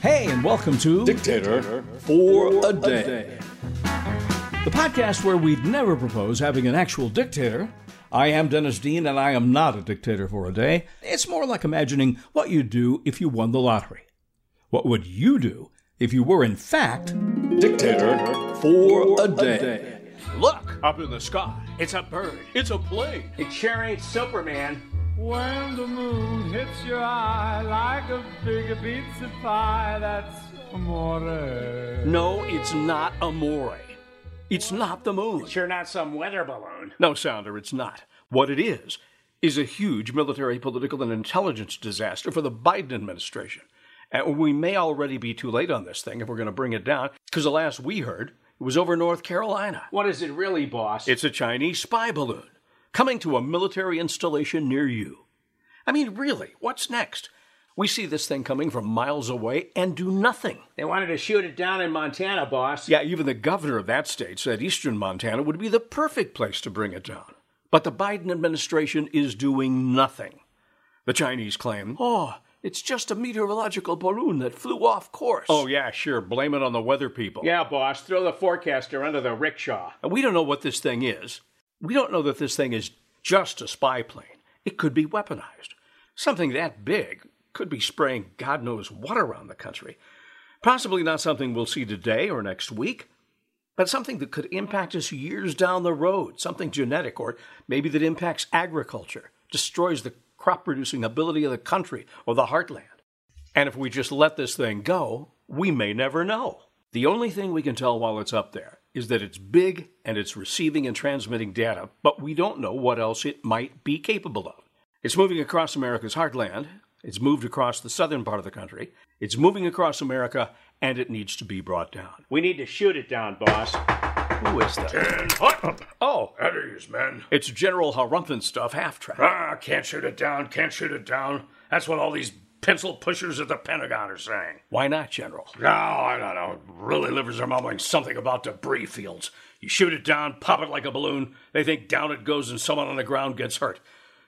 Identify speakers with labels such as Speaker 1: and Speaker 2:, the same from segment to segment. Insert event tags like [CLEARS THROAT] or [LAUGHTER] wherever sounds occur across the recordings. Speaker 1: Hey, and welcome to
Speaker 2: Dictator for a day.
Speaker 1: the podcast where we'd never propose having an actual dictator. I am Dennis Dean, and I am not a dictator for a day. It's more like imagining what you'd do if you won the lottery. What would you do if you were, in fact,
Speaker 2: Dictator for a day.
Speaker 3: Look up in the sky. It's a bird. It's a plane. It sure ain't Superman.
Speaker 4: When the moon hits your eye like a big pizza pie, that's amore.
Speaker 3: No, it's not Amore. It's not the moon.
Speaker 5: You're not some weather balloon.
Speaker 3: No, Sounder, it's not. What it is, is a huge military, political, and intelligence disaster for the Biden administration. And we may already be too late on this thing if we're going to bring it down, because the last we heard, it was over North Carolina.
Speaker 5: What is it really, boss?
Speaker 3: It's a Chinese spy balloon coming to a military installation near you. I mean, really, what's next? We see this thing coming from miles away and do nothing.
Speaker 5: they wanted to shoot it down in Montana, boss.
Speaker 3: Yeah, even the governor of that state said eastern Montana would be the perfect place to bring it down. But the Biden administration is doing nothing. The Chinese claim, oh, it's just a meteorological balloon that flew off course. Oh, yeah, sure. Blame it on the weather people.
Speaker 5: Yeah, boss. Throw the forecaster under the rickshaw.
Speaker 3: And we don't know what this thing is. We don't know that this thing is just a spy plane. It could be weaponized. Something that big could be spraying God knows what around the country. Possibly not something we'll see today or next week, but something that could impact us years down the road, something genetic, or maybe that impacts agriculture, destroys the crop producing ability of the country or the heartland. And if we just let this thing go, we may never know. The only thing we can tell while it's up there is that it's big and it's receiving and transmitting data, but we don't know what else it might be capable of. It's moving across America's heartland, it's moved across the southern part of the country, it's moving across America, and it needs to be brought down.
Speaker 5: We need to shoot it down, boss.
Speaker 3: Who is that?
Speaker 6: And hot
Speaker 3: Oh,
Speaker 6: headers, men.
Speaker 3: it's General Harumphin stuff, half track.
Speaker 6: Ah, can't shoot it down, can't shoot it down. That's what all these pencil pushers at the Pentagon are saying.
Speaker 3: Why not, General?
Speaker 6: No, I don't know. Really livers are mumbling something about debris fields. You shoot it down, pop it like a balloon, they think down it goes and someone on the ground gets hurt.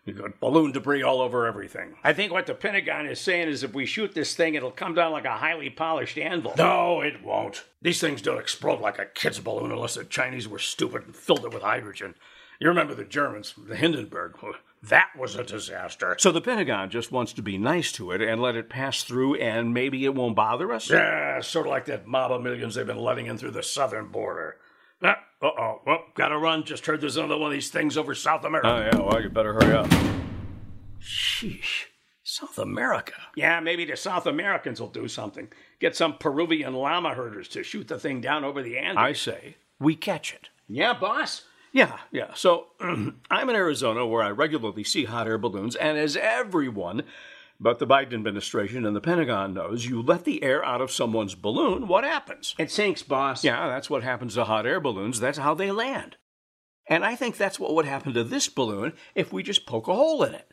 Speaker 6: You got balloon debris all over everything.
Speaker 5: I think what the Pentagon is saying is if we shoot this thing, it'll come down like a highly polished anvil.
Speaker 6: No, it won't. These things don't explode like a kid's balloon unless the Chinese were stupid and filled it with hydrogen. You remember the Germans, the Hindenburg. That was a disaster.
Speaker 3: So the Pentagon just wants to be nice to it and let it pass through, and maybe it won't bother us?
Speaker 6: Yeah, sort of like that mob of millions they've been letting in through the southern border. Uh oh, well, gotta run. Just heard there's another one of these things over South America.
Speaker 3: Oh, yeah, well, you better hurry up. Sheesh. South America.
Speaker 5: Yeah, maybe the South Americans will do something. Get some Peruvian llama herders to shoot the thing down over the anvil.
Speaker 3: I say, we catch it.
Speaker 5: Yeah, boss.
Speaker 3: Yeah, yeah. So [CLEARS THROAT] I'm in Arizona where I regularly see hot air balloons, and as everyone but the Biden administration and the Pentagon knows, you let the air out of someone's balloon, what happens?
Speaker 5: It sinks, boss.
Speaker 3: Yeah, that's what happens to hot air balloons. That's how they land. And I think that's what would happen to this balloon if we just poke a hole in it.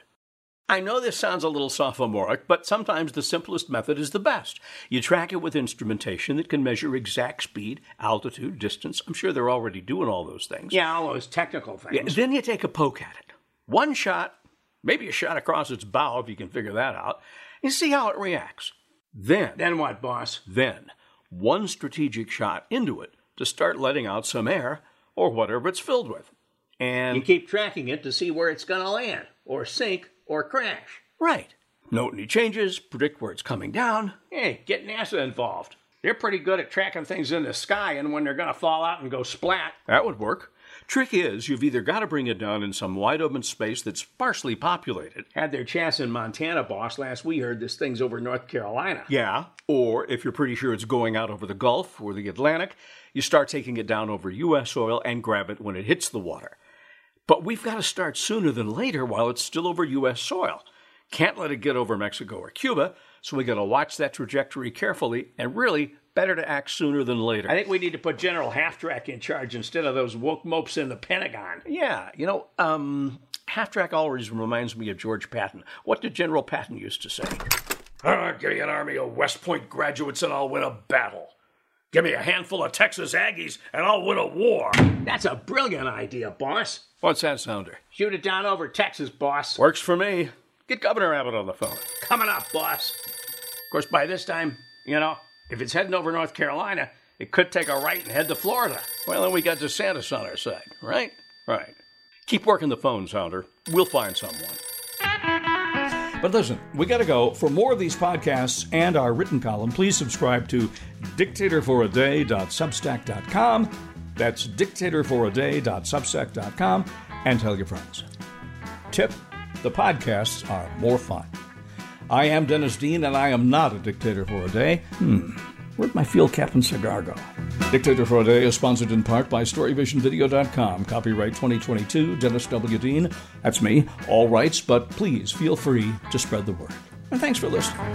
Speaker 3: I know this sounds a little sophomoric, but sometimes the simplest method is the best. You track it with instrumentation that can measure exact speed, altitude, distance. I'm sure they're already doing all those things.
Speaker 5: Yeah, all those technical things.
Speaker 3: Yeah, then you take a poke at it. One shot, maybe a shot across its bow if you can figure that out, and see how it reacts. Then,
Speaker 5: Then what, boss?
Speaker 3: then one strategic shot into it to start letting out some air or whatever it's filled with. And
Speaker 5: You keep tracking it to see where it's going to land, or sink, or crash.
Speaker 3: right, note any changes, predict where it's coming down.
Speaker 5: Hey, get NASA involved. They're pretty good at tracking things in the sky and when they're going to fall out and go splat.
Speaker 3: That would work. Trick is, you've either got to bring it down in some wide open space that's sparsely populated,
Speaker 5: Had their chance in Montana, boss. Last we heard, this thing's over North Carolina.
Speaker 3: Yeah. Or if you're pretty sure it's going out over the Gulf or the Atlantic, you start taking it down over U.S. soil and grab it when it hits the water. But we've got to start sooner than later while it's still over U.S. soil. Can't let it get over Mexico or Cuba, so we got to watch that trajectory carefully and really better to act sooner than later.
Speaker 5: I think we need to put General Halftrack in charge instead of those woke mopes in the Pentagon.
Speaker 3: yeah, you know, um, half track always reminds me of George Patton. What did General Patton used to say?
Speaker 6: Ah, give me an army of West Point graduates and I'll win a battle. Give me a handful of Texas Aggies and I'll win a war.
Speaker 5: That's a brilliant idea, boss.
Speaker 3: What's that sounder?
Speaker 5: Shoot it down over Texas, boss.
Speaker 3: Works for me. Get Governor Abbott on the phone.
Speaker 5: Coming up, boss. Of course, by this time, You know, if it's heading over North Carolina, it could take a right and head to Florida.
Speaker 7: Well, then we got DeSantis on our side, right? Right. Keep working the phone, Sounder. We'll find someone.
Speaker 3: But listen, we got to go. For more of these podcasts and our written column, please subscribe to dictatorforaday.substack.com. That's dictatorforaday.substack.com and tell your friends. Tip the podcasts are more fun. I am Dennis Dean, and I am not a dictator for a day. Hmm, where'd my field cap and cigar go? Dictator for a Day is sponsored in part by StoryVisionVideo.com. Copyright 2022, Dennis W. Dean. That's me. All rights, but please feel free to spread the word. And thanks for listening.